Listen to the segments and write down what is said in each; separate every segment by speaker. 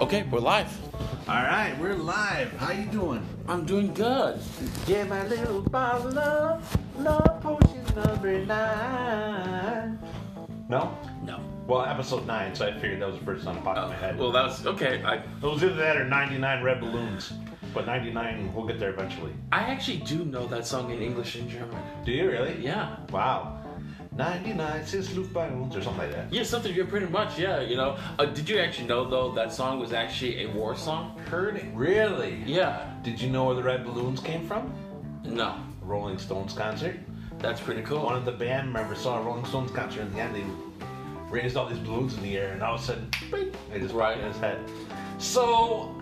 Speaker 1: Okay, we're live.
Speaker 2: All right, we're live. How you doing?
Speaker 1: I'm doing good.
Speaker 2: Get my little bottle of love, love potion number nine. No?
Speaker 1: No.
Speaker 2: Well, episode 9, so I figured that was the first time it popped in my head.
Speaker 1: Well, that was okay. I
Speaker 2: it was either that or 99 Red Balloons. But 99, we'll get there eventually.
Speaker 1: I actually do know that song in English and German.
Speaker 2: Do you really?
Speaker 1: Yeah.
Speaker 2: Wow. 99 says Loop Balloons or something like that.
Speaker 1: Yeah, something you're pretty much. Yeah, you know. Uh, did you actually know though that song was actually a war song?
Speaker 2: Heard it. Really?
Speaker 1: Yeah.
Speaker 2: Did you know where the Red Balloons came from?
Speaker 1: No.
Speaker 2: Rolling Stones concert.
Speaker 1: That's pretty cool.
Speaker 2: One of the band members saw a Rolling Stones concert and at the end they raised all these balloons in the air and all of a sudden bing, they just
Speaker 1: Right.
Speaker 2: right in his head. So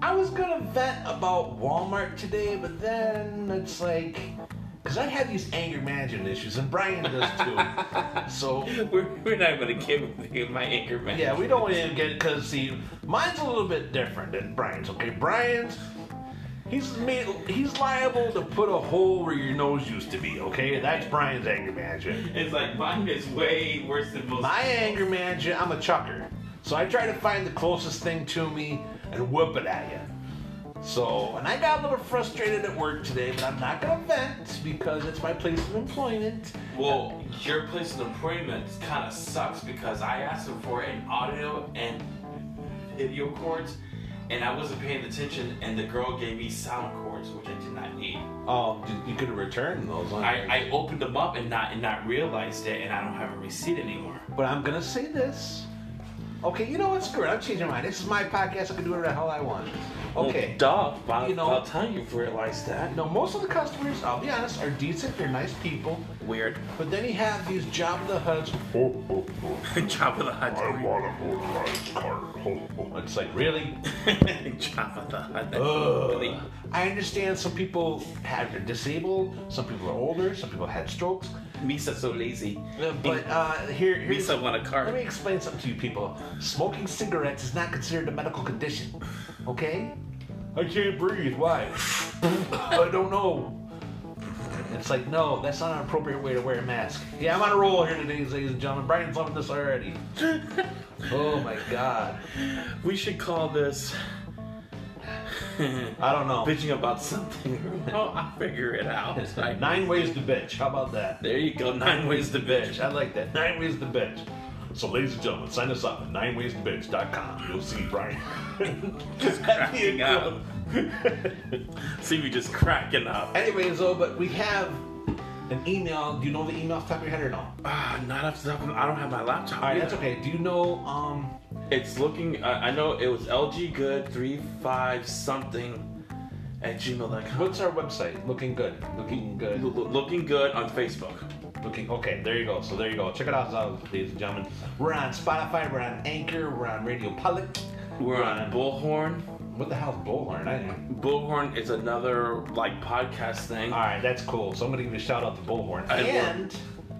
Speaker 2: I was gonna vent about Walmart today, but then it's like because I have these anger management issues and Brian does too. so
Speaker 1: We're, we're not even gonna give me my anger man.
Speaker 2: yeah, we don't even get because see, mine's a little bit different than Brian's. Okay, Brian's he's made, he's liable to put a hole where your nose used to be. Okay, that's Brian's anger management.
Speaker 1: It's like mine is way worse than most.
Speaker 2: My anger management, I'm a chucker. So I try to find the closest thing to me and whoop it at you. So, and I got a little frustrated at work today, but I'm not gonna vent because it's my place of employment.
Speaker 1: Well, your place of employment kind of sucks because I asked them for an audio and video cords, and I wasn't paying attention, and the girl gave me sound cords, which I did not need.
Speaker 2: Oh, did- you could have returned those. huh?
Speaker 1: I, I opened them up and not and not realized it, and I don't have a receipt anymore.
Speaker 2: but I'm gonna say this. Okay, you know what? Screw it. I'm changing my mind. This is my podcast. I can do whatever the hell I want. Okay.
Speaker 1: duh. About,
Speaker 2: You know- about
Speaker 1: time you realized that.
Speaker 2: now, most of the customers, I'll be honest, are decent. They're nice people.
Speaker 1: Weird.
Speaker 2: But then you have these job of the huts. Oh,
Speaker 1: Job of the Hut.
Speaker 2: want a motorized car. It's like, really?
Speaker 1: Job of the Hut.
Speaker 2: Ugh. I understand some people have are disabled, some people are older, some people had strokes.
Speaker 1: Misa so lazy.
Speaker 2: But uh, here, here's
Speaker 1: Misa want a car.
Speaker 2: Let me explain something to you people. Smoking cigarettes is not considered a medical condition. Okay? I can't breathe. Why? I don't know. It's like, no, that's not an appropriate way to wear a mask. Yeah, I'm on a roll here today, ladies and gentlemen. Brian's loving this already. oh my god.
Speaker 1: We should call this
Speaker 2: I don't know.
Speaker 1: bitching about something. oh, I'll figure it out.
Speaker 2: Nine ways to bitch. How about that?
Speaker 1: There you go. Nine ways to bitch.
Speaker 2: I like that. Nine ways to bitch. So, ladies and gentlemen, sign us up at ninewaystobitch.com. You'll see Brian. Just
Speaker 1: cracking up. See, we just cracking up.
Speaker 2: Anyways, though, but we have an email. Do you know the email off the top of your head or no? All
Speaker 1: Ah, not off the top. of- I don't have my laptop.
Speaker 2: right, that's
Speaker 1: either.
Speaker 2: okay. Do you know? Um,
Speaker 1: It's looking. I, I know it was LG Good three five something at gmail.com.
Speaker 2: what's our website? Looking good. Looking
Speaker 1: L-
Speaker 2: good.
Speaker 1: Looking good on Facebook.
Speaker 2: Looking okay. There you go. So there you go. Check it out, ladies and gentlemen. We're on Spotify. We're on Anchor. We're on Radio Public.
Speaker 1: We're on Bullhorn.
Speaker 2: What the hell is Bullhorn? I didn't-
Speaker 1: Bullhorn is another like podcast thing.
Speaker 2: All right, that's cool. So I'm gonna give a shout out to Bullhorn.
Speaker 1: I will.
Speaker 2: and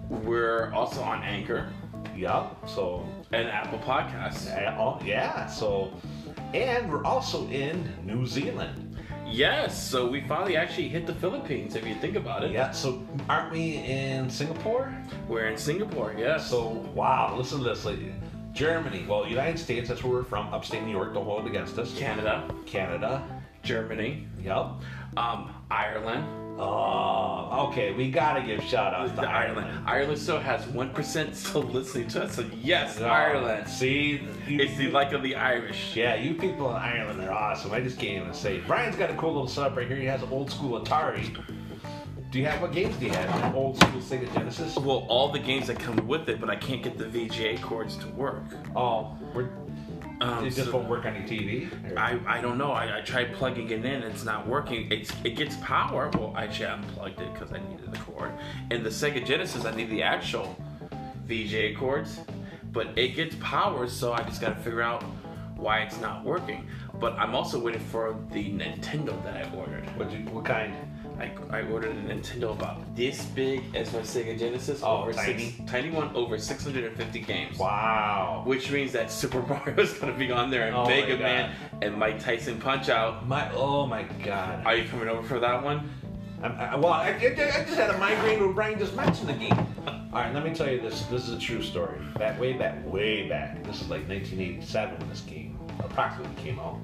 Speaker 1: We're also on Anchor
Speaker 2: Yup. So
Speaker 1: and Apple Podcasts.
Speaker 2: I- oh, yeah. So and we're also in New Zealand.
Speaker 1: Yes, so we finally actually hit the Philippines. If you think about it,
Speaker 2: Yeah. So aren't we in Singapore?
Speaker 1: we're in Singapore. Yes.
Speaker 2: So wow, listen to this. Like, Germany. Well, United States. That's where we're from. Upstate New York. Don't hold it against us.
Speaker 1: Canada,
Speaker 2: Canada.
Speaker 1: Germany,
Speaker 2: Yup.
Speaker 1: um, Ireland.
Speaker 2: Oh, okay. We gotta give shout outs to
Speaker 1: The
Speaker 2: Ireland.
Speaker 1: Ireland. Ireland still has one percent still listening to us. So yes,
Speaker 2: Oh,
Speaker 1: Ireland.
Speaker 2: See, you-
Speaker 1: It's the like of the Irish.
Speaker 2: Yeah, you people in Ireland are awesome. I just can't even say. Brian's got a cool little setup right here. He has an old school Atari. Do you have what games do you have? An old school Sega Genesis?
Speaker 1: Well, all the games that come with it, but I can't get the VGA cords to work.
Speaker 2: Oh, we're,
Speaker 1: Um,
Speaker 2: it just
Speaker 1: so
Speaker 2: won't work on your TV.
Speaker 1: I, I don't know. I, I tried plugging it in. It's not working. It's it gets power. Well, actually, I unplugged it because I needed the cord. And the Sega Genesis, I need the actual VGA cords, but it gets power. So I just got to figure out why it's not working. But I'm also waiting for the Nintendo that I ordered.
Speaker 2: What, you, what kind?
Speaker 1: I, I ordered a Nintendo about this big as my Sega Genesis.
Speaker 2: Oh,
Speaker 1: over
Speaker 2: tiny.
Speaker 1: Six, tiny one over 650 games.
Speaker 2: Wow.
Speaker 1: Which means that Super Mario is going to be on there and
Speaker 2: Oh my
Speaker 1: Mega Man and Mike Tyson Punch Out.
Speaker 2: My oh my god.
Speaker 1: Are you coming over for that one?
Speaker 2: I'm, I, well, I, I I just had a migraine when Brian just mentioned the game. All right, let me tell you this. This is a true story. Back way back, way back. This is like 1987 when this game approximately came out.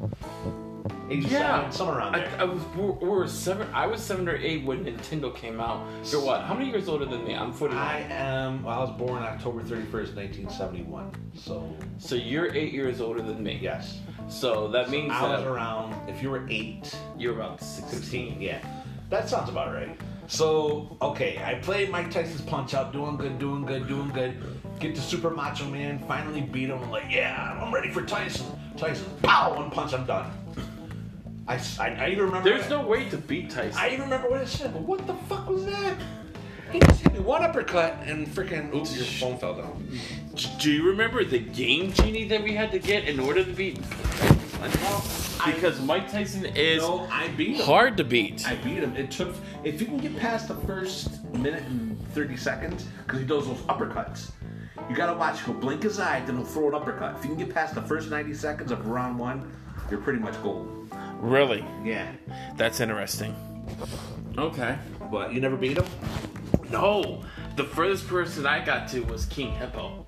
Speaker 2: 87,
Speaker 1: Yeah,
Speaker 2: somewhere around
Speaker 1: I,
Speaker 2: there.
Speaker 1: I was we were, we were seven. I was seven or eight when Nintendo came out. You're what? How many years older than me? I'm 49.
Speaker 2: I am. Well, I was born October 31st, 1971. So
Speaker 1: so you're eight years older than me.
Speaker 2: yes,
Speaker 1: So that means
Speaker 2: I was
Speaker 1: that
Speaker 2: around. If you were eight,
Speaker 1: you're about 16.
Speaker 2: 16, yeah, that sounds about right. So okay, I played Mike Tyson's Punch Out, doing good, doing good, doing good. Get to Super Macho Man, finally beat him. Like yeah, I'm ready for Tyson. Tyson, pow, one punch, I'm done. I, s- I- I even remember.
Speaker 1: There's no way to beat Tyson.
Speaker 2: I even remember what I said, but what the fuck was that? He just hit me one uppercut and freaking. Oops, your phone fell down.
Speaker 1: Do you remember the game genie that we had to get in order to beat? Because Mike Tyson is
Speaker 2: No, I beat him.
Speaker 1: hard to beat.
Speaker 2: I beat him. It took. If you can get past the first minute and 30 seconds, because he does those uppercuts, you gotta watch. He'll blink his eye, then he'll throw an uppercut. If you can get past the first 90 seconds of round one, you're pretty much gold.
Speaker 1: Really?
Speaker 2: Yeah.
Speaker 1: That's interesting. Okay.
Speaker 2: But you never beat him?
Speaker 1: No, the furthest person I got to was King Hippo.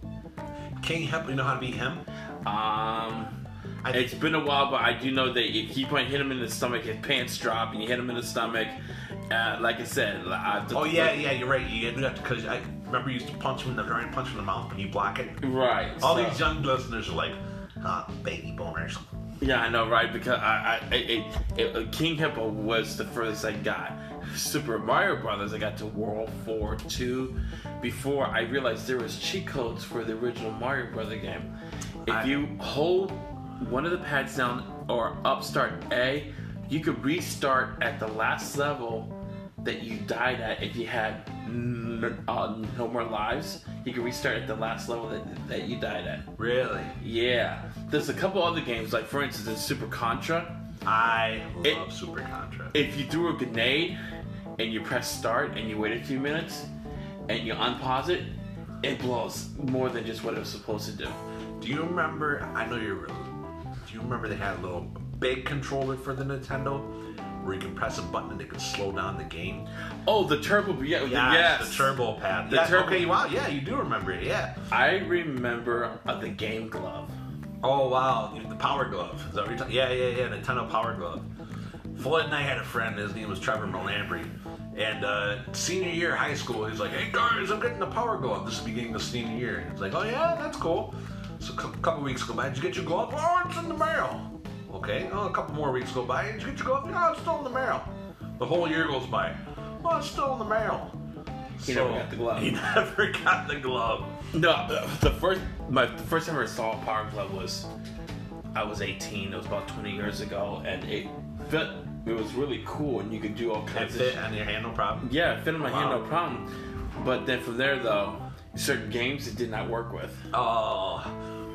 Speaker 2: King Hemp, you know how to beat him?
Speaker 1: Um,
Speaker 2: I-
Speaker 1: it's been a while, but I do know that you keep on hitting him in the stomach, his pants drop, and you hit him in the stomach. Uh, like I said, I,
Speaker 2: Oh, yeah, yeah, you're right. You have to, because I remember you used to punch him in the groin, punch him in the mouth, and you block it.
Speaker 1: Right.
Speaker 2: All
Speaker 1: so-
Speaker 2: these young listeners are like, ah, baby boners.
Speaker 1: Yeah, I know, right? Because I, I, it, it, it, King Hippo was the furthest I got. Super Mario Brothers, I got to World 4 2 before I realized there was cheat codes for the original Mario Brother game. If
Speaker 2: I-
Speaker 1: you hold one of the pads down or up start A, you could restart at the last level that you died at if you had n- uh, no more lives. You could restart at the last level that, that you died at.
Speaker 2: Really?
Speaker 1: Yeah, there's a couple other games, like for instance in Super Contra,
Speaker 2: I love
Speaker 1: It-
Speaker 2: Super Contra.
Speaker 1: if you threw a grenade and you press start and you wait a few minutes and you unpause it, it blows more than just what it was supposed to do.
Speaker 2: do you remember? I know you're really. Do you remember they had a little big controller for the Nintendo where you can press a button and it could slow down the game?
Speaker 1: Oh, the turbo, yeah, yes,
Speaker 2: the turbo pad.
Speaker 1: The
Speaker 2: Yeah,
Speaker 1: turbo-
Speaker 2: Okay, wow, yeah, you do remember it, yeah.
Speaker 1: I remember uh, the game glove.
Speaker 2: Oh wow, the Power Glove. Is that what you're talking? Yeah, yeah, yeah. Nintendo Power Glove. Floyd and I had a friend. His name was Trevor Malambry. And uh, senior year of high school, he's like, "Hey guys, I'm getting the Power Glove. This is the beginning of senior year." And it's like, "Oh yeah, that's cool." So a couple weeks go by. Did you get your glove? Oh, it's in the mail. Okay. Oh, a couple more weeks go by. Did you get your glove? No, it's still in the mail. The whole year goes by. Oh, it's still in the mail.
Speaker 1: He never got the glove.
Speaker 2: He never got the glove.
Speaker 1: No, uh, the first my the first time I ever saw a Power Glove was I was 18. It was about 20 years ago, and it fit. It was really cool, and you could do all
Speaker 2: It
Speaker 1: kinds of
Speaker 2: fit on your hand, no problem.
Speaker 1: Yeah, it fit in my hand,
Speaker 2: Wow.
Speaker 1: no problem. But then from there, though, certain games it did not work with.
Speaker 2: Oh,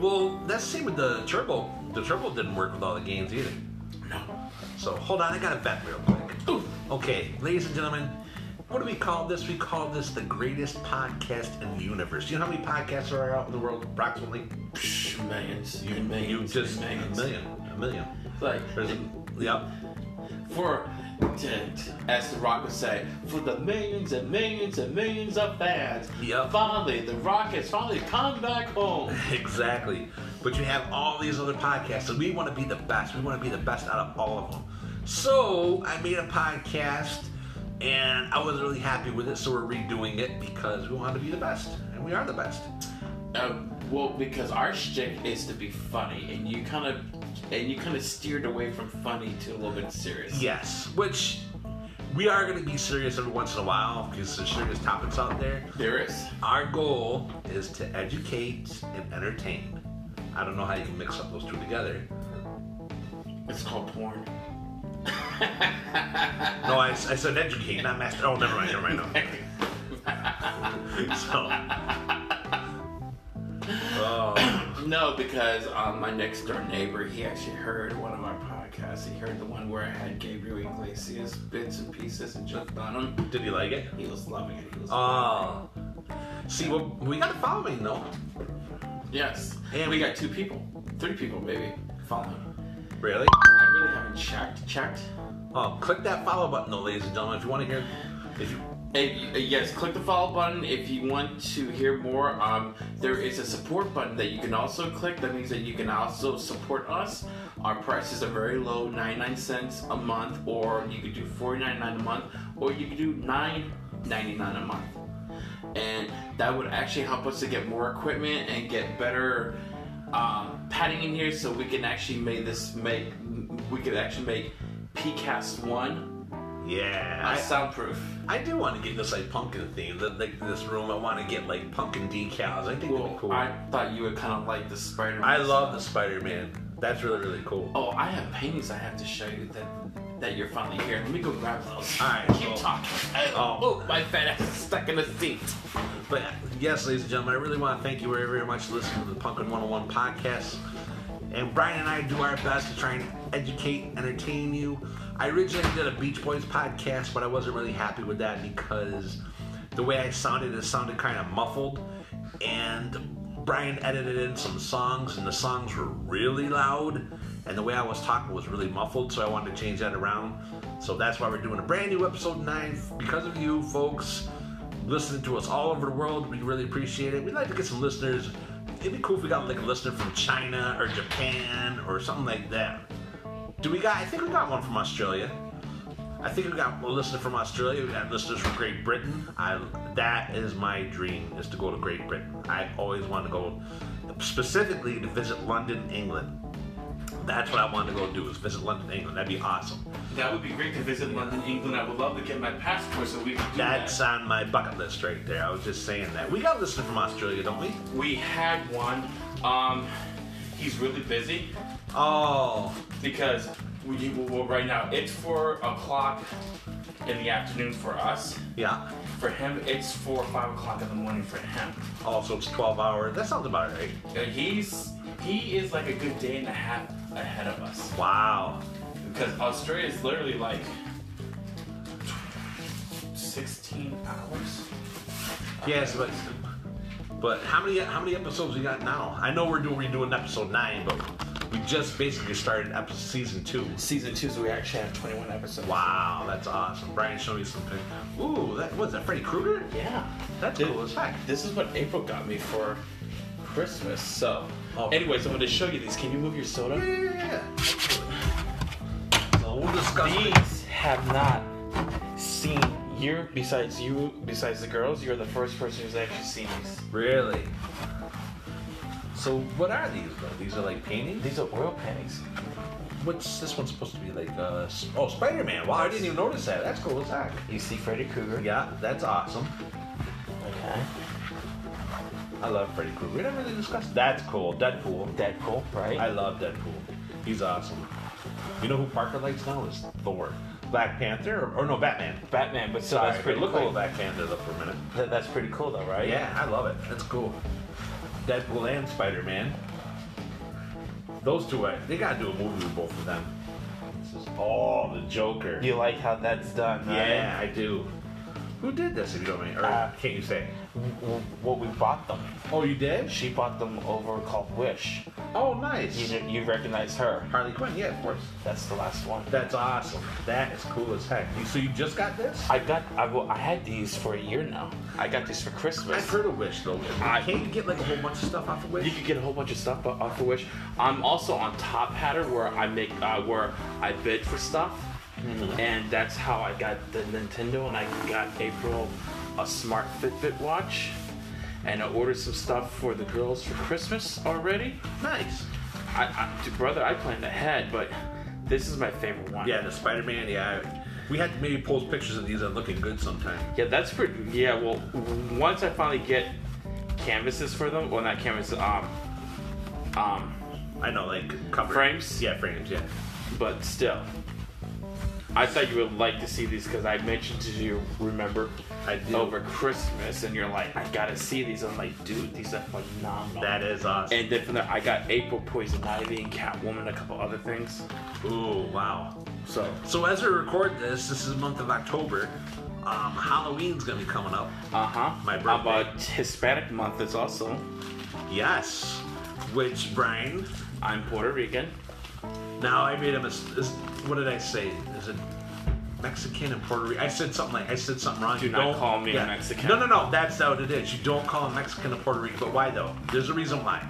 Speaker 2: well, that's the same with the turbo. The turbo didn't work with all the games either.
Speaker 1: No.
Speaker 2: So hold on, I got to bet real quick. Okay, ladies and gentlemen, what do we call this? We call this the greatest podcast in the universe. You know how many podcasts are out in the world approximately?
Speaker 1: Psh, millions.
Speaker 2: You,
Speaker 1: and millions.
Speaker 2: you just
Speaker 1: and millions.
Speaker 2: a million, a million.
Speaker 1: Like,
Speaker 2: There's a, yep.
Speaker 1: for, to, to- as The Rock would say, for the millions and millions and millions of fans,
Speaker 2: Yep.
Speaker 1: finally, The Rock has finally come back home.
Speaker 2: Exactly. But you have all these other podcasts, and we want to be the best. We want to be the best out of all of them. So I made a podcast, and I wasn't really happy with it, so we're redoing it because we want to be the best, and we are the best.
Speaker 1: Uh, well, because our shtick is to be funny, and you kind of. And you kind of steered away from funny to a little bit serious.
Speaker 2: Yes, which we are going to be serious every once in a while because there's serious topics out there.
Speaker 1: There is.
Speaker 2: Our goal is to educate and entertain. I don't know how you can mix up those two together.
Speaker 1: It's called porn.
Speaker 2: No, I, I said educate, not master. Oh, never mind, never mind. No. So. Oh,
Speaker 1: No, because um, my next door neighbor, he actually heard one of my podcasts. He heard the one where I had Gabriel Iglesias bits and pieces and jumped on him.
Speaker 2: did he like it?
Speaker 1: He was loving it. He was
Speaker 2: Oh. See, well, we got a following, though.
Speaker 1: yes.
Speaker 2: And
Speaker 1: And we got two people, three people maybe following.
Speaker 2: Really? Uh,
Speaker 1: I really haven't checked. Checked.
Speaker 2: Oh, click that follow button, though, ladies and gentlemen, if you want to hear. If you,
Speaker 1: If, uh, yes, click the follow button if you want to hear more. Um, there is a support button that you can also click. That means that you can also support us. Our prices are very low, 99 cents a month, or you could do 4.99 a month, or you could do 9.99 a month. And that would actually help us to get more equipment and get better um, padding in here, so we can actually make this make we could actually make PCast one uh,
Speaker 2: Yeah.
Speaker 1: soundproof.
Speaker 2: I, I do want to get this like pumpkin theme, th- like this room. I want to get like pumpkin decals. I think that'd be
Speaker 1: Well,
Speaker 2: cool.
Speaker 1: I
Speaker 2: I,
Speaker 1: thought you would kind of like the Spider-Man.
Speaker 2: love the Spider-Man. That's really really cool.
Speaker 1: Oh, I have paintings I have to show you that that you're finally here. Let me go grab those.
Speaker 2: Alright,
Speaker 1: Keep
Speaker 2: well-
Speaker 1: talking. Oh.
Speaker 2: Oh.
Speaker 1: my fat ass is stuck in the seat.
Speaker 2: But yes, ladies and gentlemen, I really want to thank you very, very much for listening to the Pumpkin 101 podcast. And Brian and I do our best to try and educate, entertain you. I originally did a Beach Boys podcast, but I wasn't really happy with that because the way I sounded, it sounded kind of muffled. And Brian edited in some songs, and the songs were really loud. And the way I was talking was really muffled, so I wanted to change that around. So that's why we're doing a brand new episode 9 because of you, folks listening to us all over the world. We really appreciate it. We'd like to get some listeners. It'd be cool if we got like a listener from China or Japan or something like that. Do we got? I think we got one from Australia. I think we got a listener from Australia. We got listeners from Great Britain. I that is my dream is to go to Great Britain. I always want to go specifically to visit London, England. That's what I want to go do is visit London, England. That'd be awesome.
Speaker 1: That would be great to visit London, England. I would love to get my passport so we can do
Speaker 2: That's
Speaker 1: that.
Speaker 2: on my bucket list right there. I was just saying that. We got a listener from Australia, don't we?
Speaker 1: We had one. Um, he's really busy
Speaker 2: Oh,
Speaker 1: because we well, right now it's four o'clock in the afternoon for us.
Speaker 2: yeah.
Speaker 1: For him, it's four or five o'clock in the morning for him.
Speaker 2: Also, Oh, it's 12 hours. That sounds about right.
Speaker 1: Uh, He's he is like a good day and a half ahead of us
Speaker 2: Wow.
Speaker 1: because Australia is literally like 16 hours.
Speaker 2: Yes, but but how many how many episodes we got now? I know we're doing we're doing episode nine, but we just basically started episode season two.
Speaker 1: Season two, so we actually have 21 episodes.
Speaker 2: Wow, that's awesome. Brian, show me something. Ooh, that was that Freddy Krueger?
Speaker 1: Yeah,
Speaker 2: That's
Speaker 1: Dude,
Speaker 2: cool as heck.
Speaker 1: This is what April got me for Christmas. So,
Speaker 2: Oh.
Speaker 1: anyways, I'm going to show you these. Can you move your soda?
Speaker 2: Yeah. So we'll discuss.
Speaker 1: These have not seen you besides you besides the girls. You're the first person who's actually seen these.
Speaker 2: Really? So what are these though? These are like paintings?
Speaker 1: These are oil paintings.
Speaker 2: What's this one supposed to be like? Uh, s- oh, Spider-Man! Wow, I didn't even notice that. That's cool as heck.
Speaker 1: You see Freddy Krueger.
Speaker 2: Yeah, that's awesome.
Speaker 1: Okay.
Speaker 2: I love Freddy Krueger. We never really discussed. That's cool. Deadpool.
Speaker 1: Deadpool, right?
Speaker 2: I love Deadpool. He's awesome. You know who Parker likes now is Thor, Black Panther, or, or no Batman.
Speaker 1: Batman, but still,
Speaker 2: Sorry,
Speaker 1: that's pretty
Speaker 2: look
Speaker 1: cool.
Speaker 2: at Black Panther though for a minute.
Speaker 1: That, that's pretty cool, though, right?
Speaker 2: Yeah, I love it. That's cool. Deadpool and Spider-Man. Those two, uh, they gotta do a movie with both of them. This is all the Joker.
Speaker 1: You like how that's done? right?
Speaker 2: Yeah, I do. Who did this? If you don't mind, or
Speaker 1: Uh,
Speaker 2: can't you say?
Speaker 1: W- Well, we bought them.
Speaker 2: Oh, you did?
Speaker 1: She bought them over called Wish.
Speaker 2: Oh, nice.
Speaker 1: You kn- you recognize her?
Speaker 2: Harley Quinn. Yeah, of course.
Speaker 1: That's the last one.
Speaker 2: That's awesome. That is cool as heck. You- So you just got this?
Speaker 1: I got I, well, I had these for a year now. I got these for
Speaker 2: I've
Speaker 1: Christmas.
Speaker 2: heard of Wish though.
Speaker 1: I-
Speaker 2: can't you get like a whole bunch of stuff off of
Speaker 1: You
Speaker 2: Wish.
Speaker 1: could get a whole bunch of stuff o- off of Wish. I'm also on Top Hatter where I make uh, where I bid for stuff, and that's how I got the Nintendo and I got April a smart Fitbit watch, and I ordered some stuff for the girls for Christmas already.
Speaker 2: Nice.
Speaker 1: I, I dude, brother, I planned ahead, but this is my favorite one.
Speaker 2: Yeah, the Spider-Man. Yeah, I- we had to maybe post pictures of these on looking good sometime.
Speaker 1: Yeah, that's pretty. Yeah, well, w- once I finally get canvases for them, well, not canvases, um, um,
Speaker 2: I know, like cover
Speaker 1: Frames?
Speaker 2: Yeah, frames. Yeah.
Speaker 1: but still. I thought you would like to see these because I mentioned to you, remember,
Speaker 2: I do.
Speaker 1: over Christmas, and you're like, I gotta see these. I'm like, dude, these are phenomenal.
Speaker 2: That is awesome.
Speaker 1: and then from there, I got April Poison Ivy and Catwoman, a couple other things.
Speaker 2: Ooh, wow.
Speaker 1: So
Speaker 2: So as we record this, this is the month of October. Um, Halloween's gonna be coming up.
Speaker 1: Uh huh.
Speaker 2: My
Speaker 1: About Hispanic month is also.
Speaker 2: Yes. Which Brian?
Speaker 1: I'm Puerto Rican.
Speaker 2: Now I made a mistake. What did I say? Is it Mexican and Puerto Rican. I said something like I said something wrong.
Speaker 1: Do
Speaker 2: You
Speaker 1: not
Speaker 2: don't-
Speaker 1: call me a Mexican.
Speaker 2: No, no, no. That's how it is. You don't call a Mexican a Puerto Rican. But why though? There's a reason why.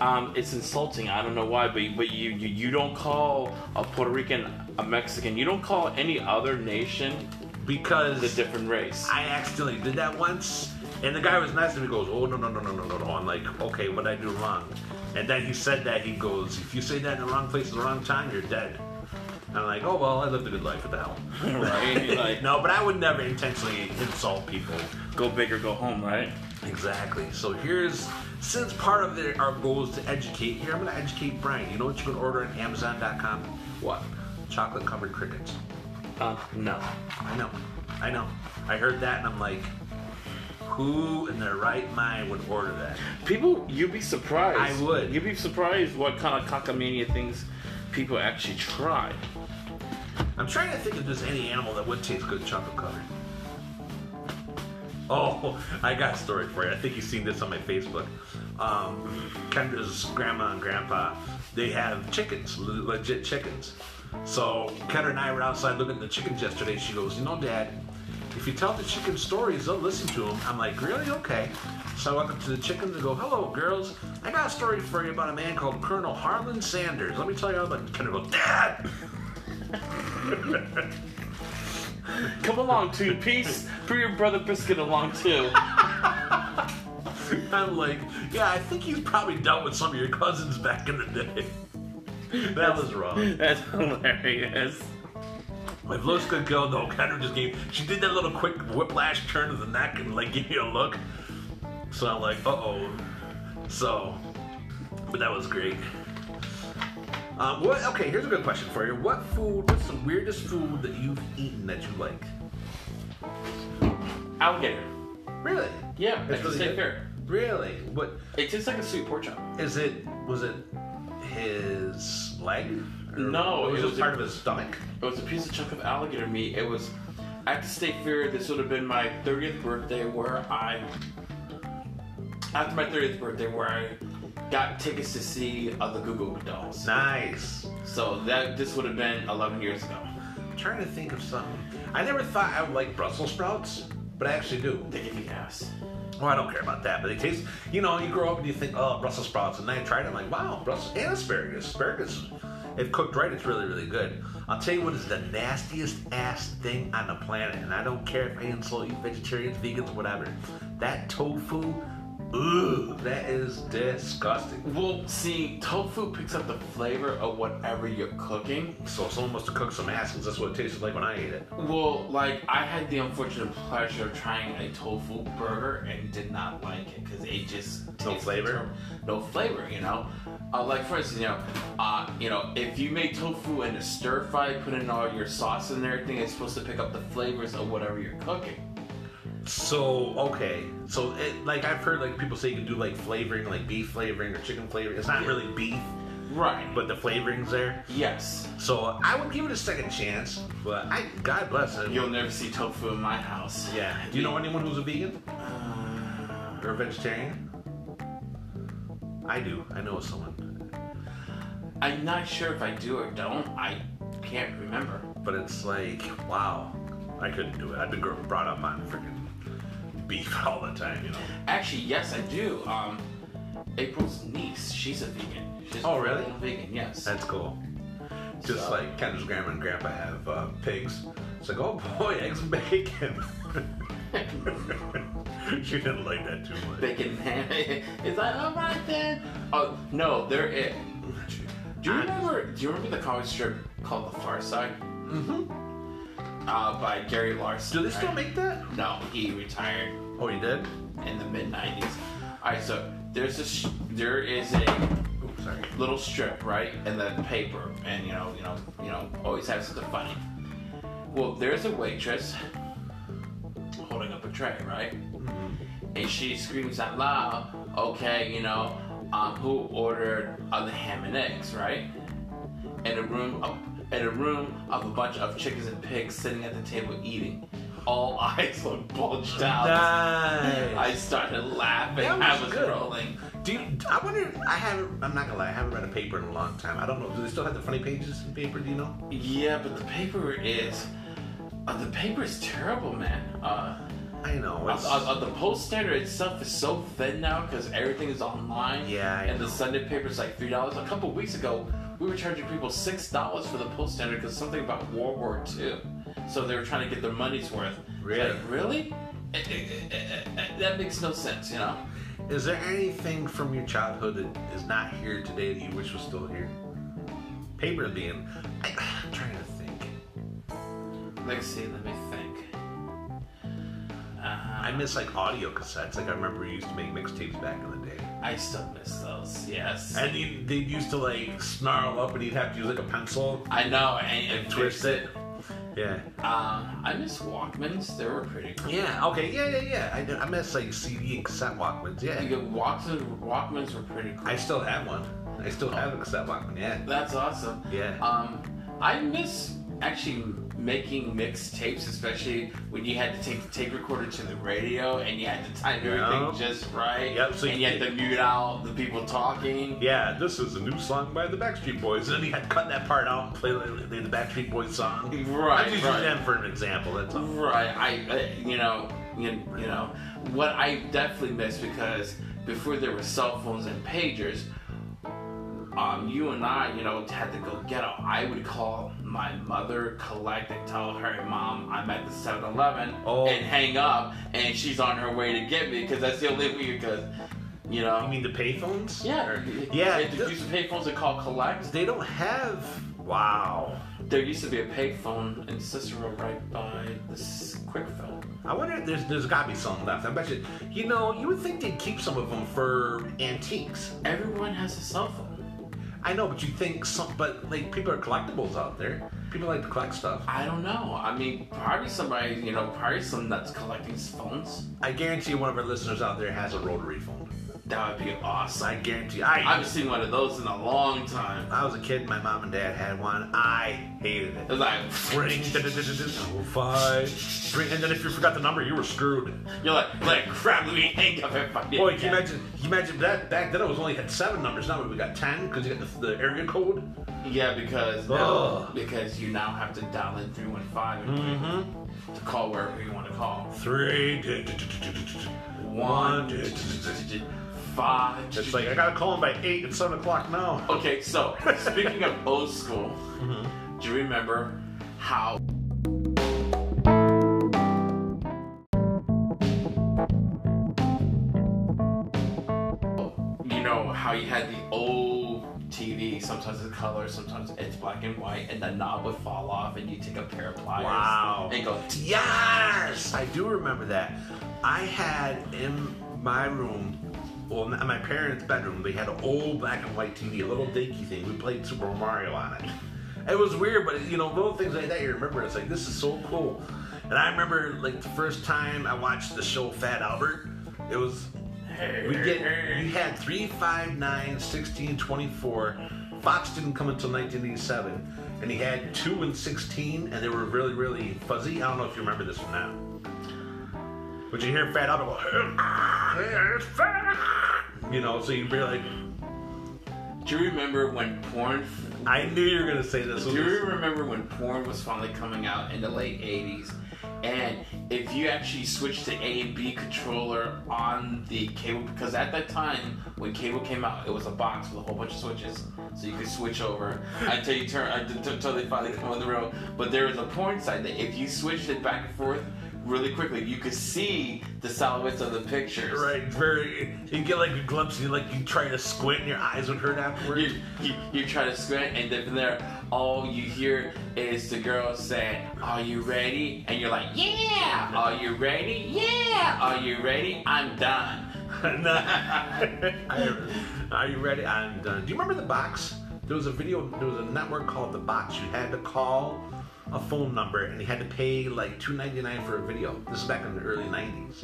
Speaker 1: Um, it's insulting. I don't know why, but but you, you you don't call a Puerto Rican a Mexican. You don't call any other nation
Speaker 2: Because
Speaker 1: a different race.
Speaker 2: I accidentally did that once, and the guy was nice to me. Goes, oh no no no no no no no. I'm like, okay, what did I do wrong? And then he said that he goes, if you say that in the wrong place at the wrong time, you're dead. And I'm like, oh well, I lived a good life. What the hell?
Speaker 1: right? Like
Speaker 2: No, but I would never intentionally insult people.
Speaker 1: go big or go home, right?
Speaker 2: Exactly. So here's since part of the, our goal is to educate. Here, I'm going to educate Brian. You know what you can order on Amazon.com? What? Chocolate covered crickets.
Speaker 1: Uh, no.
Speaker 2: I know. I know. I heard that and I'm like, who in their right mind would order that?
Speaker 1: People, you'd be surprised.
Speaker 2: I would.
Speaker 1: You'd be surprised what kind of cockamania things people actually try.
Speaker 2: I'm trying to think if there's any animal that would taste good chocolate covered. Oh, I got a story for you. I think you've seen this on my Facebook. Um, Kendra's grandma and grandpa, they have chickens, le- legit chickens. So Kendra and I were outside looking at the chickens yesterday. She goes, "You know, Dad, if you tell the chicken stories, they'll listen to them." I'm like, "Really? Okay." So I walk up to the chickens and go, "Hello, girls. I got a story for you about a man called Colonel Harlan Sanders. Let me tell you all about." it." Kendra goes, "Dad."
Speaker 1: Come along, two piece. Bring your brother Brisket along too.
Speaker 2: I'm like, yeah, I think he's probably dealt with some of your cousins back in the day. That was wrong.
Speaker 1: That's hilarious.
Speaker 2: If looks could go, though, Kendra just gave. She did that little quick whiplash turn of the neck and like give you a look. So I'm like, uh oh. So, but that was great. Um, what? Okay, here's a good question for you. What food? What's the weirdest food that you've eaten that you like?
Speaker 1: Alligator.
Speaker 2: Really?
Speaker 1: Yeah,
Speaker 2: It's
Speaker 1: it's the
Speaker 2: really
Speaker 1: same
Speaker 2: good.
Speaker 1: here.
Speaker 2: Really? What
Speaker 1: It tastes like a sweet pork chop.
Speaker 2: is it? Was it his leg? Or
Speaker 1: No,
Speaker 2: was
Speaker 1: it
Speaker 2: it
Speaker 1: was a-
Speaker 2: part of his stomach.
Speaker 1: It was a piece of chunk of alligator meat. It was at the state fair. This would have been my 30th birthday, where I, after my 30th birthday, where I got tickets to see uh, the Goo Goo Dolls.
Speaker 2: Nice.
Speaker 1: So that this would have been 11 years ago.
Speaker 2: I'm trying to think of something. I never thought I would like Brussels sprouts, but I actually do.
Speaker 1: They give me gas.
Speaker 2: Well, I don't care about that, but they taste. You know, you grow up and you think, oh, Brussels sprouts, and then I tried it. I'm like, wow, Brussels and asparagus. Asparagus, if cooked right, it's really, really good. I'll tell you what is the nastiest ass thing on the planet, and I don't care if I insult you, vegetarians, vegans, whatever. That tofu, ooh, that is disgusting.
Speaker 1: Well, see, tofu picks up the flavor of whatever you're cooking.
Speaker 2: So someone must have cooked some ass, 'cause that's what it tasted like when I ate it.
Speaker 1: Well, like I had the unfortunate pleasure of trying a tofu burger and did not like it because it just
Speaker 2: No
Speaker 1: tasted
Speaker 2: flavor?
Speaker 1: terrible. No flavor, you know. Uh, like for instance, you know, uh, you know, if you make tofu in a stir fry, put in all your sauce and everything, it's supposed to pick up the flavors of whatever you're cooking.
Speaker 2: So okay, so it, like I've heard like people say you can do like flavoring, like beef flavoring or chicken flavoring. It's not really beef,
Speaker 1: Right.
Speaker 2: but the flavoring's there.
Speaker 1: yes,
Speaker 2: So I would give it a second chance, but I God bless it.
Speaker 1: you'll never see tofu in my house.
Speaker 2: yeah. Do you know anyone who's a vegan
Speaker 1: Uh,
Speaker 2: or a vegetarian? I do. I know someone,
Speaker 1: I'm not sure if I do or don't. I can't remember.
Speaker 2: but it's like wow, I couldn't do it. I've been gr- brought up on freaking beef all the time, you know.
Speaker 1: Actually, yes, I do. Um, April's niece, she's a vegan. She's
Speaker 2: Oh,
Speaker 1: a
Speaker 2: really?
Speaker 1: full-blown Vegan, yes.
Speaker 2: That's cool. Just
Speaker 1: So-
Speaker 2: like Kendra's grandma and grandpa have uh, pigs. It's like, oh boy, eggs and bacon. she didn't like that too much.
Speaker 1: Bacon ham. it's like, all right then. Oh no, there it. Do you remember? Do you remember the comic strip called The Far Side? Mm-hmm. Uh, by Gary Larson.
Speaker 2: Do they still
Speaker 1: right?
Speaker 2: make that?
Speaker 1: No, he retired
Speaker 2: Oh, you did?
Speaker 1: in the mid '90s. All right, so there's a sh- there is a
Speaker 2: Oh, sorry.
Speaker 1: little strip, right, and the paper, and you know, you know, you know, always have something funny. Well, there's a waitress holding up a tray, right,
Speaker 2: Mm-hmm.
Speaker 1: and she screams out loud, "Okay, you know, um, who ordered uh, the ham and eggs, right?" In a room of in a room of a bunch of chickens and pigs sitting at the table eating. All eyes look bulged out. I
Speaker 2: Nice.
Speaker 1: started laughing.
Speaker 2: That was
Speaker 1: I was
Speaker 2: good.
Speaker 1: rolling.
Speaker 2: Do you, I wonder. I haven't. I'm not gonna lie. I haven't read a paper in a long time. I don't know. Do they still have the funny pages in paper? Do you know?
Speaker 1: Yeah, but the paper is Uh, the paper is terrible, man. Uh,
Speaker 2: I know.
Speaker 1: uh,
Speaker 2: It's,
Speaker 1: uh, uh, the post standard itself is so thin now because everything is online.
Speaker 2: Yeah, I
Speaker 1: and
Speaker 2: know.
Speaker 1: the Sunday paper is like three dollars. A couple weeks ago, we were charging people six dollars for the post standard because something about World War II. So they were trying to get their money's worth. It's
Speaker 2: Really?
Speaker 1: Like, really? Eh, eh, eh, eh, eh, that makes no sense, you know.
Speaker 2: is there anything from your childhood that is not here today that you wish was still here? Paper being. I, I'm trying to think.
Speaker 1: Let's see. Let me think. Uh,
Speaker 2: I miss like audio cassettes. Like I remember we used to make mixtapes back in the day.
Speaker 1: I still miss those. Yes.
Speaker 2: And you, they used to like snarl up, and you'd have to use like a pencil
Speaker 1: I know. And,
Speaker 2: and twist it. Yeah.
Speaker 1: Um, I miss Walkmans. They were pretty cool.
Speaker 2: Yeah. Okay. Yeah. Yeah. Yeah. I, do- I miss like CD and cassette Walkmans.
Speaker 1: You
Speaker 2: Yeah.
Speaker 1: get Walkmans. Walkmans were pretty cool.
Speaker 2: I still have one. I still have a cassette Walkman. Yeah.
Speaker 1: That's awesome.
Speaker 2: Yeah.
Speaker 1: Um, I miss actually making mixtapes, especially when you had to take the tape recorder to the radio and you had to time everything
Speaker 2: Yep.
Speaker 1: just right.
Speaker 2: Yep, so
Speaker 1: and
Speaker 2: you
Speaker 1: you had to mute out the people talking.
Speaker 2: Yeah. This is a new song by the Backstreet Boys. And then you had to cut that part out and play the, the the Backstreet Boys song.
Speaker 1: Right,
Speaker 2: I'm just
Speaker 1: right.
Speaker 2: using them for an example. That's all.
Speaker 1: Right. I, uh, you know, you, you know, what I definitely miss because before there were cell phones and pagers, um, you and I, you know, had to go get 'em. I would call my mother, collect, and tell her, "Mom, I'm at the 7-Eleven,"
Speaker 2: Oh.
Speaker 1: and hang up, and she's on her way to get me because that's the only way because, you know.
Speaker 2: You mean the payphones?
Speaker 1: yeah,
Speaker 2: Yeah,
Speaker 1: They had to
Speaker 2: this-
Speaker 1: use the payphones to call collect.
Speaker 2: They don't have. Wow.
Speaker 1: There used to be a payphone in Cicero right by this quick film.
Speaker 2: I wonder if there's there's got to be some left. I bet you. You know, you would think they'd keep some of them for antiques.
Speaker 1: Everyone has a cell phone.
Speaker 2: I know, but you think some, but like people are collectibles out there. People like to collect stuff.
Speaker 1: I don't know. I mean, probably somebody, you know, probably some that's collecting phones.
Speaker 2: I guarantee one of our listeners out there has a rotary phone.
Speaker 1: That would be awesome.
Speaker 2: I guarantee.
Speaker 1: I
Speaker 2: I
Speaker 1: haven't seen one of those in a long time.
Speaker 2: I was a kid. My mom and dad had one. I hated
Speaker 1: It was
Speaker 2: it.
Speaker 1: like,
Speaker 2: Ring five. Ring, and then if you forgot the number, you were screwed.
Speaker 1: you're like, like crap, let me hang up and find it.
Speaker 2: Boy, can
Speaker 1: again.
Speaker 2: you imagine? Can you imagine that back then? I was only had seven numbers. Now we got ten because you got the, the area code.
Speaker 1: Yeah, because now,
Speaker 2: Ugh.
Speaker 1: because you now have to dial in 315
Speaker 2: Hmm. Mm-hmm.
Speaker 1: to call wherever you want to call.
Speaker 2: Three.
Speaker 1: One, five.
Speaker 2: It's like I gotta call him by eight. It's seven o'clock now.
Speaker 1: Okay, so speaking of old school, do you remember how? You know how you had the old TV. Sometimes it's color, sometimes it's black and white, and the knob would fall off, and you take a pair of pliers
Speaker 2: Wow.
Speaker 1: and go.
Speaker 2: Yes, I do remember that. I had in my room, well, in my parents' bedroom, they had an old black and white TV, a little dinky thing. We played Super Mario on it. It was weird, but you know, little things like that you remember. It's like this is so cool. And I remember like the first time I watched the show Fat Albert. It was we get we had 3, 5, 9, 16, 24. Fox didn't come until 1987, and he had 2 and 16, and they were really, really fuzzy. I don't know if you remember this from now. But you hear Fat Albert go, "Hey, hey, it's Fat!" You know, so you'd be like,
Speaker 1: Do you remember when porn?
Speaker 2: I knew you were going to say this.
Speaker 1: Do you remember when porn was finally coming out in the late 80s? And if you actually switched to A and B controller on the cable, because at that time when cable came out, it was a box with a whole bunch of switches, so you could switch over until you turn until until they finally come on the road. But there was a porn site that if you switched it back and forth really quickly, you could see the silhouettes of the pictures.
Speaker 2: Right, very. You get like a glimpse, you like you try to squint, and your eyes would hurt afterwards.
Speaker 1: you, you, you try to squint, and then from there, all you hear is the girl saying, Are you ready? And you're like, Yeah! Are you ready? Yeah! Are you ready? I'm done.
Speaker 2: No. Are you ready? I'm done. Do you remember the box? There was a video. There was a network called the Box. You had to call a phone number, and you had to pay like two ninety nine for a video. This is back in the early nineties.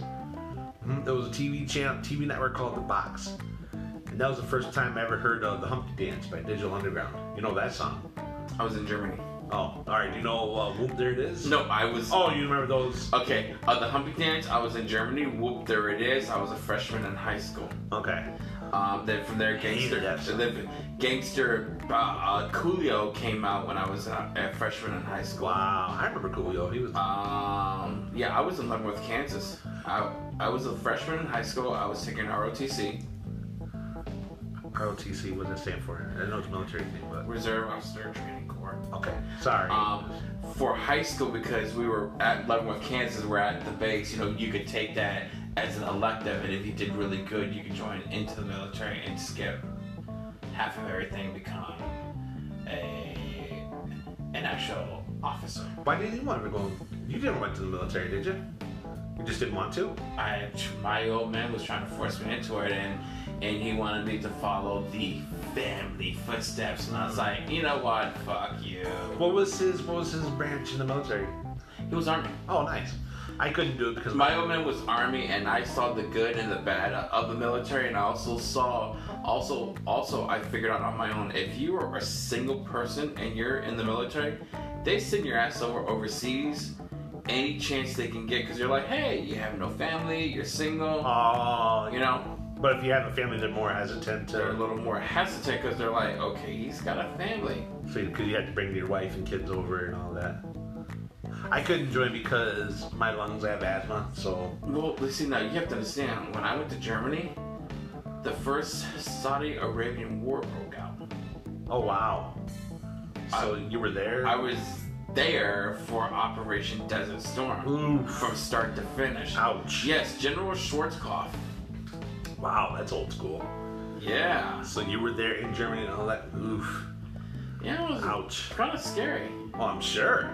Speaker 2: Hmm, There was a TV channel, TV network called the Box, and that was the first time I ever heard of the Humpty Dance by Digital Underground. You know that song?
Speaker 1: I was in Germany.
Speaker 2: Oh, all right. Do you know uh, Whoop There It Is?
Speaker 1: No, I was.
Speaker 2: Oh, you remember those?
Speaker 1: Okay, uh, the Humpy Dance, I was in Germany. Whoop, there it is. I was a freshman in high school.
Speaker 2: Okay.
Speaker 1: Um, then from there, Gangster,
Speaker 2: that song.
Speaker 1: then Gangster uh, uh, Coolio came out when I was uh, a freshman in high school.
Speaker 2: Wow. I remember Coolio. He was.
Speaker 1: Um, yeah, I was in Leavenworth, Kansas. I, I was a freshman in high school. I was taking ROTC,
Speaker 2: ROTC. What does it stand for? I know it's military thing, but
Speaker 1: Reserve Officer Training Corps.
Speaker 2: okay. Sorry.
Speaker 1: um, for high school because we were at Leavenworth, Kansas. We're at the base. You know, you could take that as an elective, and if you did really good, you could join into the military and skip half of everything, become a an actual officer.
Speaker 2: Why didn't you want to go? You didn't went to the military, did you? You just didn't want to.
Speaker 1: I my old man was trying to force me into it, and and he wanted me to follow the family footsteps, and I was like, you know what, fuck you.
Speaker 2: What was his What was his branch in the military?
Speaker 1: He was army.
Speaker 2: Oh, nice. I couldn't do it because
Speaker 1: My old man was army, and I saw the good and the bad of the military, and I also saw, also, also, I figured out on my own if you are a single person and you're in the military, they send your ass over overseas any chance they can get because you're like, hey, you have no family, you're single,
Speaker 2: Oh,
Speaker 1: you know.
Speaker 2: But if you have a family, they're more hesitant
Speaker 1: They're a
Speaker 2: to.
Speaker 1: little more hesitant because they're like, okay, he's got a family.
Speaker 2: So because you had to bring your wife and kids over and all that. I couldn't join because my lungs have asthma, so
Speaker 1: Well, listen now, you have to understand. When I went to Germany, the first Saudi Arabian war broke out.
Speaker 2: oh wow. So you were there?
Speaker 1: I was there for Operation Desert Storm
Speaker 2: Oof.
Speaker 1: from start to finish.
Speaker 2: Ouch.
Speaker 1: Yes, General Schwarzkopf.
Speaker 2: Wow, that's old school.
Speaker 1: Yeah.
Speaker 2: So you were there in Germany and all that. Oof.
Speaker 1: Yeah, it was
Speaker 2: Ouch.
Speaker 1: kind of scary
Speaker 2: Oh, I'm sure.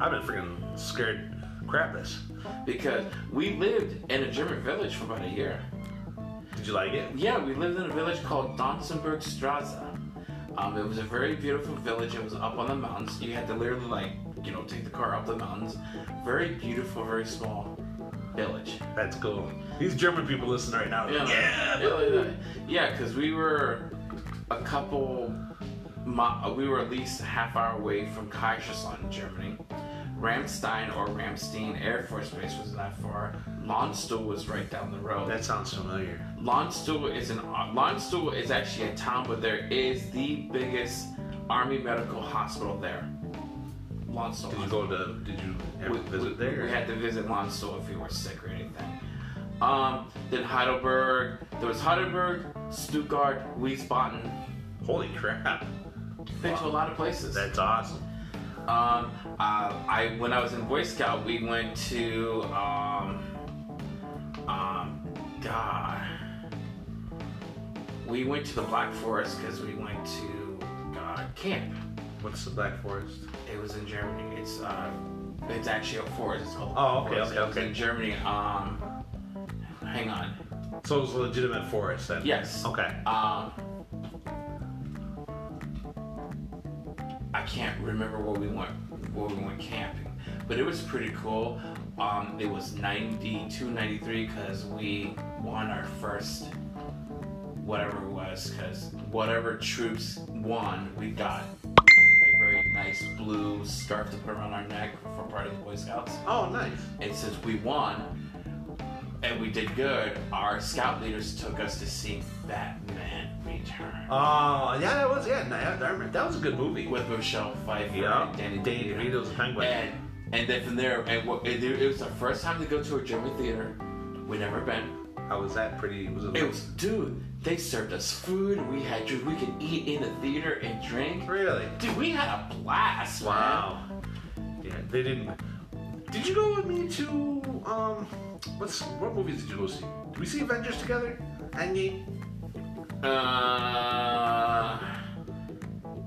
Speaker 2: I've been freaking scared crapless.
Speaker 1: because we lived in a German village for about a year.
Speaker 2: Did you like it?
Speaker 1: Yeah, we lived in a village called Donzenberg Straße. Um, it was a very beautiful village. It was up on the mountains. You had to literally, like, you know, take the car up the mountains. Very beautiful, very small village.
Speaker 2: That's cool. These German people listening right now.
Speaker 1: Yeah,
Speaker 2: Yeah.
Speaker 1: yeah, because we were a couple. Mi- we were at least a half hour away from Kaiserslautern, Germany. Ramstein or Ramstein Air Force Base was not far. Landstuhl was right down the road.
Speaker 2: That sounds familiar.
Speaker 1: Landstuhl is an Landstuhl is actually a town, but there is the biggest army medical hospital there. Landstuhl.
Speaker 2: Did you
Speaker 1: Hospital.
Speaker 2: go to? Did you ever
Speaker 1: We-
Speaker 2: visit
Speaker 1: we,
Speaker 2: there?
Speaker 1: We had to visit Landstuhl if we were sick or anything. Um, then Heidelberg. There was Heidelberg, Stuttgart, Wiesbaden.
Speaker 2: Holy crap!
Speaker 1: Been to a lot of places.
Speaker 2: That's awesome.
Speaker 1: Um, uh, I when I was in Boy Scout, we went to um, um, God. We went to the Black Forest because we went to uh, camp.
Speaker 2: What's the Black Forest?
Speaker 1: It was in Germany. It's uh, it's actually a forest. It's called.
Speaker 2: Oh, okay,
Speaker 1: forest.
Speaker 2: okay,
Speaker 1: It was
Speaker 2: okay.
Speaker 1: In Germany, um, hang on.
Speaker 2: So it was a legitimate forest then.
Speaker 1: Yes.
Speaker 2: Okay.
Speaker 1: Um, I can't remember where we went where we went camping, but it was pretty cool. Um, it was 92, 93 because we won our first whatever it was because whatever troops won, we got a very nice blue scarf to put around our neck for part of the Boy Scouts.
Speaker 2: Oh, nice.
Speaker 1: And since we won and we did good, our scout leaders took us to see Batman Return
Speaker 2: Oh, yeah, that was yeah. That, I remember, that was a good movie.
Speaker 1: with Michelle Pfeiffer
Speaker 2: yeah.
Speaker 1: and Danny
Speaker 2: Danny
Speaker 1: DeVito.
Speaker 2: DeVito's penguin.
Speaker 1: And and then from there, and, wa- and there- it was the first time to go to a German theater. We never been.
Speaker 2: How was that? Pretty. Was it?
Speaker 1: It was, dude. They served us food. We had drink. We could eat in the theater and drink.
Speaker 2: really.
Speaker 1: Dude, we had a blast. man.
Speaker 2: Wow. Yeah, they didn't. Did you go with me to um? What's what movies did you go see? Did we see Avengers together? Endgame.
Speaker 1: Uh,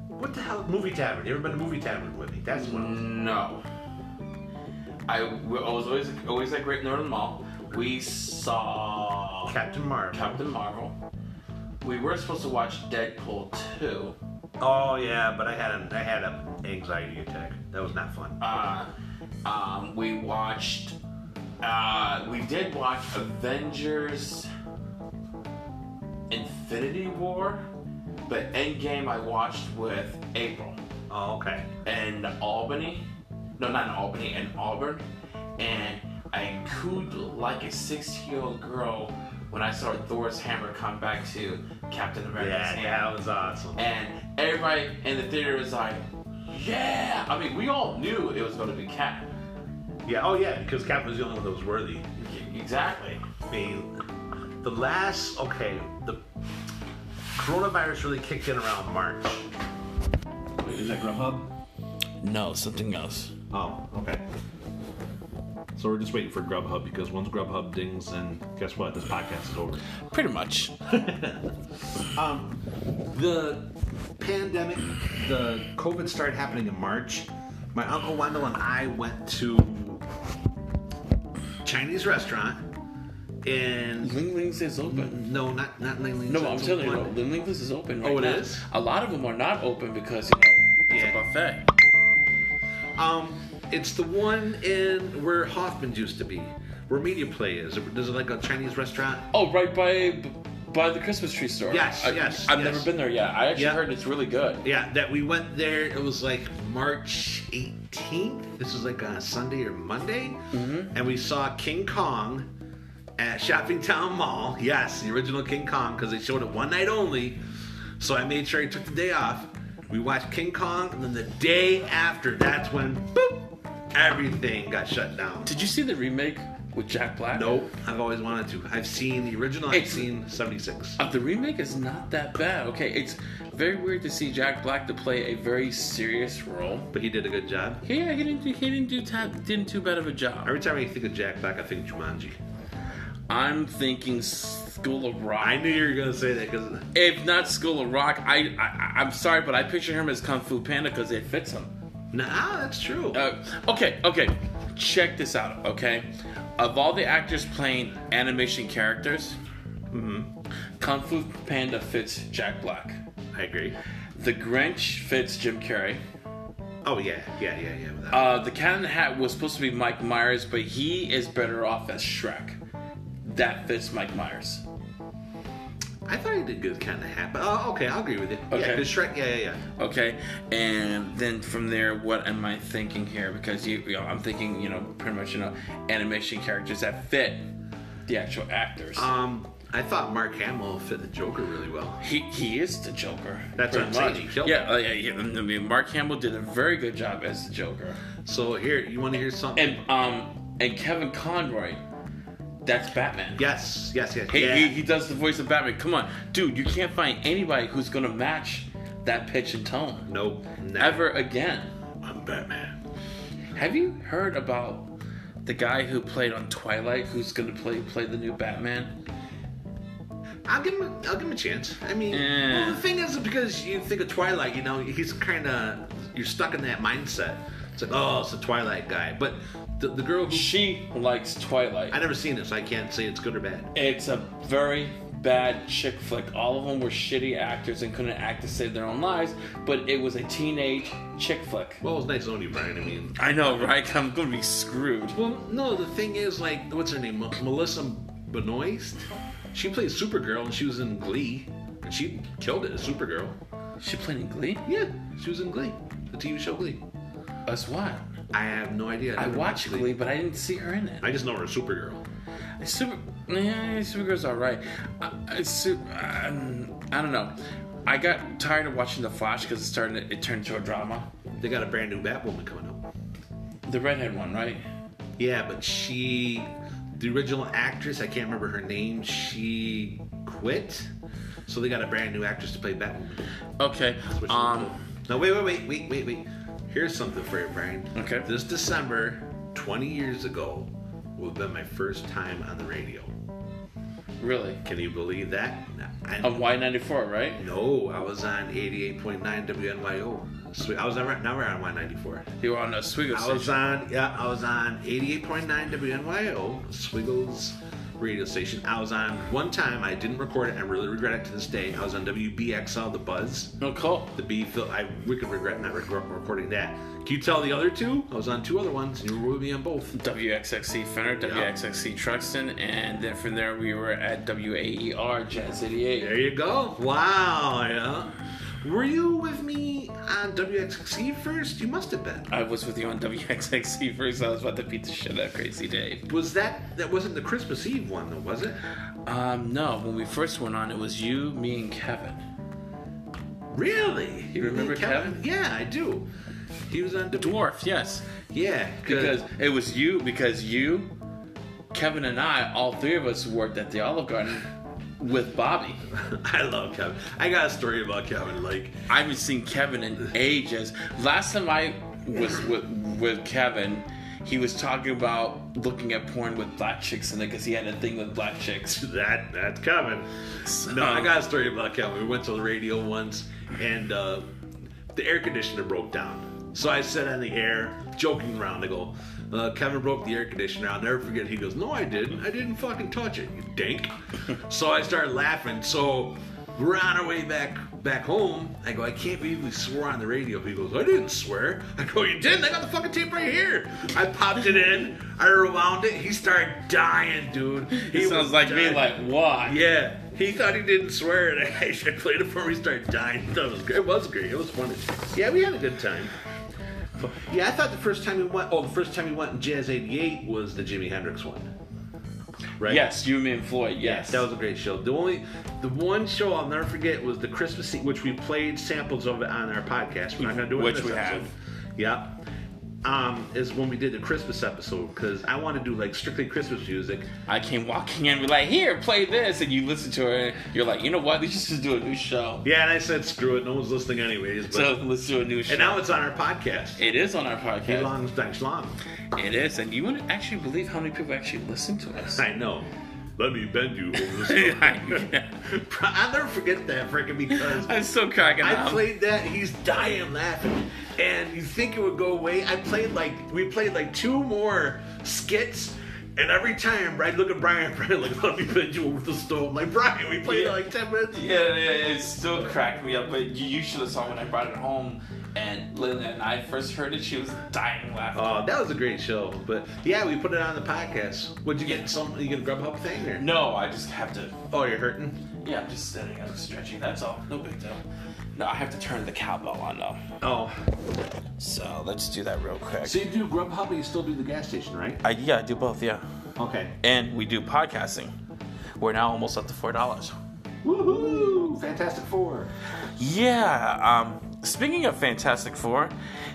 Speaker 2: What the hell? Movie Tavern. You ever been to Movie Tavern with me? That's what.
Speaker 1: No. I, we- I was always always at Great Northern Mall. We saw
Speaker 2: Captain Marvel.
Speaker 1: Captain Marvel. We were supposed to watch Deadpool 2.
Speaker 2: oh yeah, but I had a I had an anxiety attack. That was not fun.
Speaker 1: Uh, um, we watched. Uh, we did watch Avengers Infinity War, but Endgame I watched with April.
Speaker 2: Oh, okay.
Speaker 1: and Albany. No, not in Albany, in Auburn. And I cooed like a 16 year old girl when I saw Thor's hammer come back to Captain America's
Speaker 2: Yeah,
Speaker 1: hand.
Speaker 2: that was awesome.
Speaker 1: And everybody in the theater was like, yeah! I mean, we all knew it was going to be Cap.
Speaker 2: Yeah, oh yeah, because Cap was the only one that was worthy.
Speaker 1: E- Exactly.
Speaker 2: I mean, the last okay, the coronavirus really kicked in around March.
Speaker 3: Wait, is that Grubhub?
Speaker 1: No, something else.
Speaker 3: Oh, okay. So we're just waiting for Grubhub because once Grubhub dings, and guess what? This podcast is over.
Speaker 1: Pretty much.
Speaker 2: Um,
Speaker 3: The pandemic, the COVID started happening in March.
Speaker 2: My uncle Wendell and I went to Chinese restaurant and
Speaker 1: Ling Ling's is open.
Speaker 2: no, not not Ling Ling's.
Speaker 1: Mm-hmm. No, I'm telling you,
Speaker 2: One-
Speaker 1: Ling Ling's is open right
Speaker 2: Oh, it
Speaker 1: now.
Speaker 2: is?
Speaker 1: A lot of them are not open because, you know, it's
Speaker 2: Yeah.
Speaker 1: a buffet.
Speaker 2: Um, it's the one in where Hoffman's used to be, where Media Play is. There's like a Chinese restaurant.
Speaker 1: Oh, right by by the Christmas tree store.
Speaker 2: Yes,
Speaker 1: I,
Speaker 2: yes,
Speaker 1: I've
Speaker 2: yes.
Speaker 1: never been there yet. I actually
Speaker 2: Yeah.
Speaker 1: heard it's really good.
Speaker 2: Yeah, that we went there. It was like March 18th. This was like on Sunday or Monday, and we saw King Kong at Shopping Town Mall. Yes, the original King Kong because they showed it one night only. So I made sure I took the day off. We watched King Kong, and then the day after, that's when boop, everything got shut down.
Speaker 1: Did you see the remake with Jack Black?
Speaker 2: Nope, I've always wanted to. I've seen the original. I've
Speaker 1: It's-
Speaker 2: seen 76.
Speaker 1: Uh, the remake is not that bad. Okay, it's very weird to see Jack Black to play a very serious role.
Speaker 2: But he did a good job.
Speaker 1: Yeah, he didn't do, he didn't do ta- didn't do bad of a job.
Speaker 2: Every time I think of Jack Black, I think Jumanji.
Speaker 1: I'm thinking School of Rock.
Speaker 2: I knew you were gonna say that because
Speaker 1: if not School of Rock, I, I I'm sorry, but I picture him as Kung Fu Panda because it fits him.
Speaker 2: Nah, that's true.
Speaker 1: Uh, okay, okay. Check this out, okay? Of all the actors playing animation characters, mm-hmm, Kung Fu Panda fits Jack Black.
Speaker 2: I agree.
Speaker 1: The Grinch fits Jim Carrey.
Speaker 2: Oh yeah, yeah, yeah, yeah. without-
Speaker 1: Uh, the Cat in the Hat was supposed to be Mike Myers, but he is better off as Shrek. That fits Mike Myers.
Speaker 2: I thought he did good, kind of hat. But oh, okay, I'll agree with you. Yeah,
Speaker 1: Okay.
Speaker 2: 'cause Shrek. Yeah, yeah, yeah.
Speaker 1: Okay, and then from there, what am I thinking here? Because you, you know, I'm thinking, you know, pretty much, you know, animation characters that fit the actual actors.
Speaker 2: Um, I thought Mark Hamill fit the Joker really well.
Speaker 1: He, he is the Joker.
Speaker 2: That's
Speaker 1: pretty
Speaker 2: what I'm saying,
Speaker 1: much.
Speaker 2: he killed
Speaker 1: Yeah, uh, yeah, yeah, I mean, Mark Hamill did a very good job as the Joker,
Speaker 2: So here, you want to hear something?
Speaker 1: and um, and Kevin Conroy, that's Batman.
Speaker 2: yes, yes, yes.
Speaker 1: He,
Speaker 2: yeah.
Speaker 1: he, he does the voice of Batman. Come on, dude, you can't find anybody who's gonna match that pitch and tone
Speaker 2: nope. Never.
Speaker 1: ever again.
Speaker 2: I'm Batman.
Speaker 1: Have you heard about the guy who played on Twilight, who's gonna play play the new Batman?
Speaker 2: I'll give him. A, I'll give him a chance. I mean,
Speaker 1: Eh.
Speaker 2: well, the thing is, because you think of Twilight, you know, he's kind of you're stuck in that mindset. It's like, oh, it's a Twilight guy. But the, the girl who
Speaker 1: She likes Twilight.
Speaker 2: I never seen it, so I can't say it's good or bad.
Speaker 1: It's a very bad chick flick. All of them were shitty actors and couldn't act to save their own lives, but it was a teenage chick flick.
Speaker 2: Well, it was nice knowing you, Brian. I mean,
Speaker 1: I know, right? I'm gonna be screwed.
Speaker 2: Well, no, the thing is, like, what's her name? M- Melissa Benoist? She played Supergirl and she was in Glee. And she killed it as Supergirl.
Speaker 1: She played in Glee?
Speaker 2: Yeah, she was in Glee. The TV show Glee.
Speaker 1: Us what?
Speaker 2: I have no idea.
Speaker 1: I
Speaker 2: never
Speaker 1: watched Glee, but I didn't see her in it.
Speaker 2: I just know her as Supergirl.
Speaker 1: Super, yeah, Supergirl's alright. I, I, su- um, I don't know. I got tired of watching The Flash because it started. It turned into a drama.
Speaker 2: They got a brand new Batwoman coming up.
Speaker 1: The redhead one, right?
Speaker 2: Yeah, but she, the original actress, I can't remember her name, she quit. So they got a brand new actress to play Batwoman.
Speaker 1: Okay.
Speaker 2: Which is
Speaker 1: Um.
Speaker 2: cool. no, wait, wait, wait, wait, wait, wait. Here's something for you, Brian.
Speaker 1: Okay.
Speaker 2: This December, 20 years ago, would have been my first time on the radio.
Speaker 1: Really?
Speaker 2: Can you believe that? I,
Speaker 1: On Y94, right?
Speaker 2: no, I was on 88.9 WNYO. Sweet. I was on, now we're on 194.
Speaker 1: You were on Oswego
Speaker 2: I was
Speaker 1: Station.
Speaker 2: on, yeah, I was on 88.9 WNYO, Swiggles radio station. I was on one time, I didn't record it, I really regret it to this day. I was on WBXL, The Buzz.
Speaker 1: No call.
Speaker 2: the B Phil. I we could regret not rec- recording that. Can you tell the other two? I was on two other ones, and you were with me on both.
Speaker 1: WXXC Fenner, WXXC Truxton, and then from there we were at WAER E Jazz 88.
Speaker 2: There you go. Wow, yeah. Were you with me on WXXE first? You must have been.
Speaker 1: I was with you on WXXC first. I was about to beat the shit out of Crazy Dave.
Speaker 2: Was that that wasn't the Christmas Eve one though, was it?
Speaker 1: Um, no, when we first went on, it was you, me, and Kevin.
Speaker 2: Really?
Speaker 1: You remember Kevin?
Speaker 2: Yeah, I do. He was on. W-
Speaker 1: Dwarf, yes,
Speaker 2: yeah,
Speaker 1: because it was you. Because you, Kevin, and I, all three of us worked at the Olive Garden with Bobby.
Speaker 2: I love Kevin. I got a story about Kevin. Like,
Speaker 1: I haven't seen Kevin in ages. Last time I was with, with Kevin, he was talking about looking at porn with black chicks in it because he had a thing with black chicks. Um,
Speaker 2: that that's Kevin. No, I got a story about Kevin. We went to the radio once, and uh, the air conditioner broke down. So I said on the air, joking around, I go, uh, Kevin broke the air conditioner. I'll never forget. He goes, No, I didn't. I didn't fucking touch it, you dink. so I started laughing. So we're on our way back back home. I go, I can't believe we swore on the radio. He goes, I didn't swear. I go, You didn't? I got the fucking tape right here. I popped it in. I rewound it. He started dying, dude. He
Speaker 1: It sounds
Speaker 2: was
Speaker 1: like me,
Speaker 2: dying.
Speaker 1: like why?
Speaker 2: Yeah, he thought he didn't swear, and I actually played it for him. He started dying. He thought it was great. It was great. It was funny. Yeah, we had a good time. But- Yeah, I thought the first time we went. Oh, the first time we went in Jazz '88 was the Jimi Hendrix one. Right.
Speaker 1: Yes, you, me, and Floyd. Yes,
Speaker 2: That was a great show. The only, the one show I'll never forget was the Christmas scene, which we played samples of it on our podcast. We're not gonna do it. in
Speaker 1: Which
Speaker 2: this
Speaker 1: we have.
Speaker 2: episode. Yep. Um, is when we did the Christmas episode because I want to do like strictly Christmas music.
Speaker 1: I came walking in, be like, here, play this, and you listen to it. and You're like, you know what? Let's just do a new show.
Speaker 2: Yeah, and I said screw it, no one's listening anyways. But
Speaker 1: So let's do a new show.
Speaker 2: And now it's on our podcast.
Speaker 1: it is on our
Speaker 2: Hey,
Speaker 1: podcast.
Speaker 2: long thanks, long.
Speaker 1: It is, and you wouldn't actually believe how many people actually listen to us.
Speaker 2: I know. Let me bend you over
Speaker 1: I-
Speaker 2: I'll never forget that freaking because
Speaker 1: I'm still cracking
Speaker 2: I
Speaker 1: up.
Speaker 2: played that. He's dying laughing, and you think it would go away. I played like we played like two more skits. And every time I'd look at Brian, Brian like, let me bend you over the stove. Like Brian, we played
Speaker 1: Yeah.
Speaker 2: like ten minutes.
Speaker 1: Yeah, yeah, it still cracked me up. But you, you should have saw when I brought it home, and Lynn and I first heard it. She was dying laughing.
Speaker 2: Oh, that was a great show. But yeah, we put it on the podcast. Would you
Speaker 1: Yeah.
Speaker 2: get some? You get a Grubhub thing or?
Speaker 1: no, I just have to.
Speaker 2: Oh, you're hurting.
Speaker 1: Yeah, I'm just sitting up, stretching. That's all. No big deal. No, I have to turn the cowbell on though.
Speaker 2: Oh,
Speaker 1: So let's do that real quick.
Speaker 2: So you do Grubhub, but you still do the gas station, right?
Speaker 1: I, yeah, I do both. Yeah,
Speaker 2: Okay.
Speaker 1: and we do podcasting. We're now almost up to four dollars.
Speaker 2: Woohoo! Fantastic Four.
Speaker 1: Yeah. Um, speaking of Fantastic Four,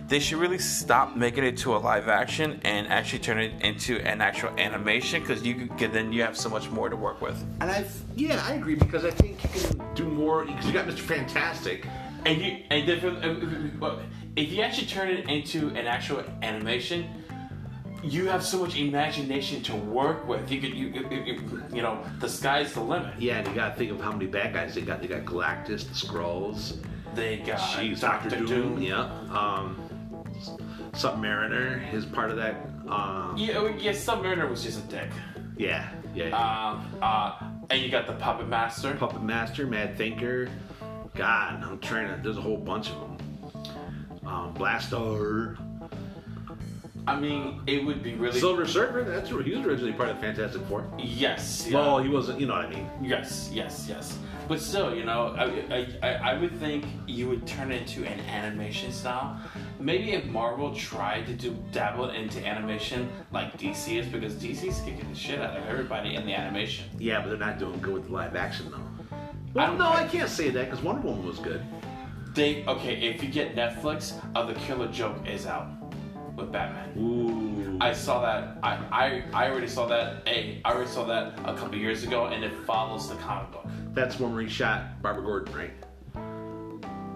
Speaker 1: they should really stop making it to a live action and actually turn it into an actual animation because you could- 'cause then you have so much more to work with.
Speaker 2: And I've yeah, I agree because I think you can do more because you got Mr. Fantastic.
Speaker 1: And you and then from- if you actually turn it into an actual animation, you have so much imagination to work with. You could you you- you, you know the sky's the limit.
Speaker 2: Yeah, and you gotta think of how many bad guys they got. They got Galactus, the Skrulls,
Speaker 1: They got
Speaker 2: jeez,
Speaker 1: Doctor Doom.
Speaker 2: yeah, um, Submariner is part of that. Um,
Speaker 1: Yeah, oh, yeah, Submariner was just a dick.
Speaker 2: yeah, yeah. yeah.
Speaker 1: Um, uh, and you got the Puppet Master.
Speaker 2: Puppet Master, Mad Thinker. God, I'm trying to. There's a whole bunch of them. Um, Blaster,
Speaker 1: I mean, it would be really
Speaker 2: Silver Surfer. That's where he was originally part of the Fantastic Four.
Speaker 1: yes. yeah.
Speaker 2: Well, he wasn't. You know what I mean?
Speaker 1: Yes, yes, yes. But still, you know, I, I, I, I would think you would turn it into an animation style. Maybe if Marvel tried to do dabble into animation like DC is, because DC's kicking the shit out of everybody in the animation.
Speaker 2: Yeah, but they're not doing good with the live action though.
Speaker 1: I
Speaker 2: Well,
Speaker 1: don't
Speaker 2: no,
Speaker 1: care.
Speaker 2: I can't say that because Wonder Woman was good.
Speaker 1: They okay, if you get Netflix, uh, the Killer Joke is out with Batman.
Speaker 2: Ooh.
Speaker 1: I saw that. I, I I already saw that. A I already saw that a couple years ago, and it follows the comic book.
Speaker 2: That's when we shot Barbara Gordon, right?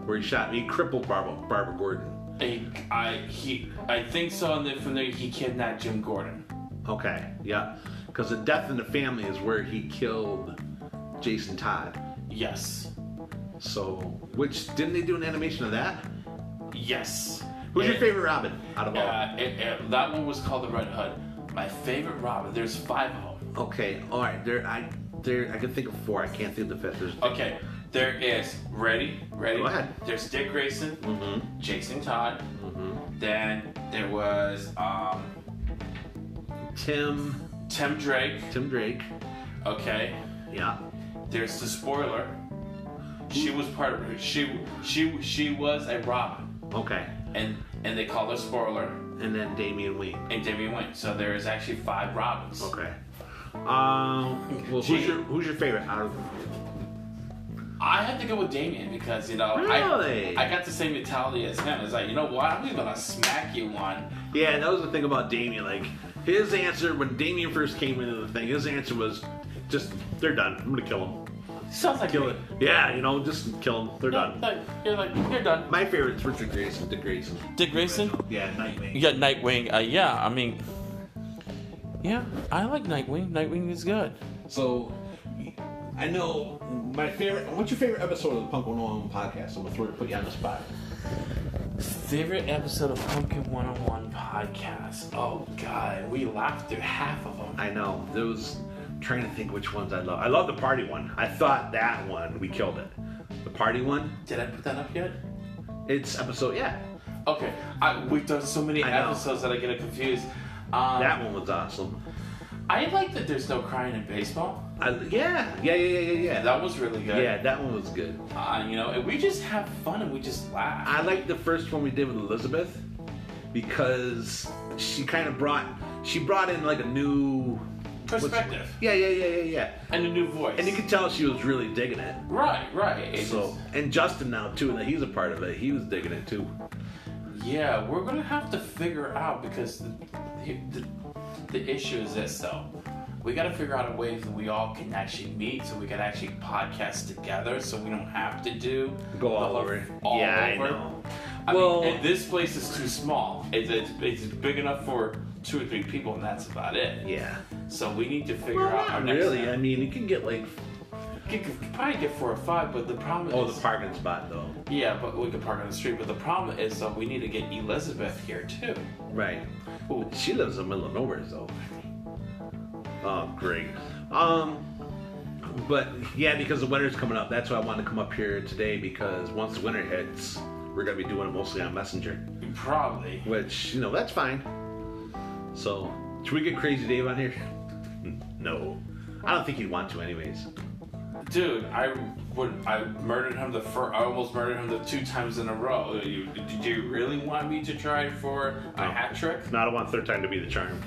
Speaker 2: Where he shot me, crippled Barbara, Barbara Gordon.
Speaker 1: A, I he I think so, and then from there he kidnapped Jim Gordon.
Speaker 2: Okay, yeah. Because the death in the family is where he killed Jason Todd.
Speaker 1: Yes.
Speaker 2: So, which didn't they do an animation of that?
Speaker 1: Yes.
Speaker 2: Who's your
Speaker 1: It-
Speaker 2: favorite Robin out of all?
Speaker 1: Uh, it- it- that one was called the Red Hood. My favorite Robin. There's five of them.
Speaker 2: Okay, all right. There, I there I can think of four. I can't think of the fifth. There's,
Speaker 1: Okay. There is ready, ready.
Speaker 2: Go ahead.
Speaker 1: There's Dick Grayson, Jason Todd. Then there was um,
Speaker 2: Tim,
Speaker 1: Tim Drake.
Speaker 2: Tim Drake.
Speaker 1: Okay.
Speaker 2: Yeah.
Speaker 1: There's the spoiler. She was part of she she she was a Robin,
Speaker 2: Okay.
Speaker 1: and and they call her Spoiler
Speaker 2: And then Damian Wayne.
Speaker 1: and Damian Wayne. So there is actually five Robins.
Speaker 2: Okay. Um, well, who's
Speaker 1: Gee.
Speaker 2: your who's your favorite out of them?
Speaker 1: I have to go with Damien because you know
Speaker 2: Really?
Speaker 1: I I got the same mentality as him. It's like you know what I'm just gonna smack you one.
Speaker 2: Yeah, and that was the thing about Damien. Like his answer when Damien first came into the thing, his answer was just they're done. I'm gonna kill him.
Speaker 1: Sounds like
Speaker 2: Kill it. Yeah, you know, just kill him. They're
Speaker 1: You're
Speaker 2: done.
Speaker 1: like, you're like you're done.
Speaker 2: My favorite's Richard Grayson. Dick Grayson.
Speaker 1: Dick Grayson.
Speaker 2: Yeah, Nightwing.
Speaker 1: You got Nightwing. Uh, yeah, I mean, yeah, I like Nightwing. Nightwing is good.
Speaker 2: So I know my favorite. What's your favorite episode of the Punk 101 podcast? I'm gonna throw put you on the spot.
Speaker 1: Favorite episode of Pumpkin 101 podcast. Oh God, we laughed through half of them.
Speaker 2: I know. There was trying to think which ones I love. I love the party one. I thought that one we killed it. The party one.
Speaker 1: Did I put that up yet?
Speaker 2: It's episode yeah.
Speaker 1: Okay, I, we've done so many
Speaker 2: I know.
Speaker 1: episodes that I get it confused. Um,
Speaker 2: That one was awesome.
Speaker 1: I like that there's no crying in baseball.
Speaker 2: I, yeah, yeah, yeah, yeah, yeah, yeah. That,
Speaker 1: That was really good.
Speaker 2: yeah, that one was good.
Speaker 1: Uh, you know, and we just have fun and we just laugh.
Speaker 2: I liked the first one we did with Elizabeth because she kind of brought she brought in like a new what's-
Speaker 1: Perspective.
Speaker 2: Yeah, yeah, yeah, yeah, yeah.
Speaker 1: and a new voice.
Speaker 2: And you could tell she was really digging it.
Speaker 1: right, right. It's
Speaker 2: So and Justin now too, and he's a part of it. He was digging it too.
Speaker 1: Yeah, we're gonna have to figure out because the, the, the issue is this though. We gotta figure out a way that we all can actually meet so we can actually podcast together so we don't have to do
Speaker 2: Go
Speaker 1: the
Speaker 2: all
Speaker 1: whole-
Speaker 2: over.
Speaker 1: all
Speaker 2: yeah, I
Speaker 1: over.
Speaker 2: know.
Speaker 1: I
Speaker 2: Well-
Speaker 1: mean, and this place is too small. It's, it's, it's big enough for two or three people, and that's about it.
Speaker 2: Yeah.
Speaker 1: So we need to figure
Speaker 2: Well,
Speaker 1: out our
Speaker 2: not
Speaker 1: next.
Speaker 2: really. I mean, you can get like
Speaker 1: You could probably get four or five, but the problem
Speaker 2: oh
Speaker 1: is
Speaker 2: the parking spot though.
Speaker 1: yeah, but we could park on the street. But the problem is that we need to get Elizabeth here too.
Speaker 2: Right.
Speaker 1: Ooh,
Speaker 2: She lives in the middle of nowhere though. Oh, great. Um, but yeah, because the winter's coming up, that's why I wanted to come up here today because once the winter hits, we're gonna be doing it mostly on Messenger,
Speaker 1: probably.
Speaker 2: which you know that's fine. So should we get Crazy Dave on here? No, I don't think he'd want to anyways.
Speaker 1: Dude, I would. I murdered him the first. I almost murdered him the two times in a row. You, did you really want me to try for a hat trick?
Speaker 2: No, I don't want third time to be the charm.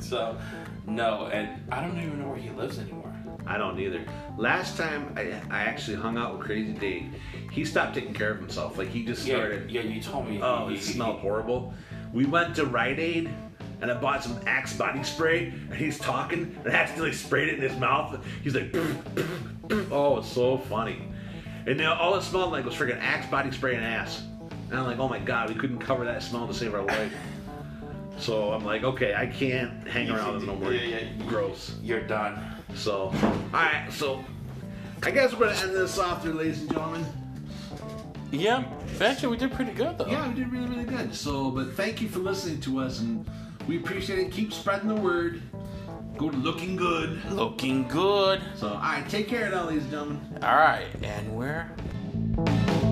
Speaker 1: so, no, and I don't even know where he lives anymore.
Speaker 2: I don't either. Last time I, I actually hung out with Crazy Dave, he stopped taking care of himself. Like he just
Speaker 1: Yeah,
Speaker 2: started.
Speaker 1: yeah, you told me.
Speaker 2: Oh,
Speaker 1: he-
Speaker 2: it smelled horrible. We went to Rite Aid and I bought some Axe body spray and he's talking and I accidentally sprayed it in his mouth. He's like, oh, it's so funny. And now all it smelled like was freaking Axe body spray and ass. And I'm like, oh my god, we couldn't cover that smell to save our life. So I'm like, okay, I can't hang
Speaker 1: You
Speaker 2: around
Speaker 1: can
Speaker 2: him no
Speaker 1: do-
Speaker 2: more.
Speaker 1: yeah, yeah, you-
Speaker 2: Gross.
Speaker 1: You're done.
Speaker 2: So, all right, so I guess we're gonna end this off there, ladies and gentlemen.
Speaker 1: Yeah, actually, we did pretty good though.
Speaker 2: Yeah, we did really, really good. So, but thank you for listening to us, and we appreciate it. Keep spreading the word. Go to looking good.
Speaker 1: looking good.
Speaker 2: So, all right, take care now, ladies and gentlemen.
Speaker 1: All right, and we're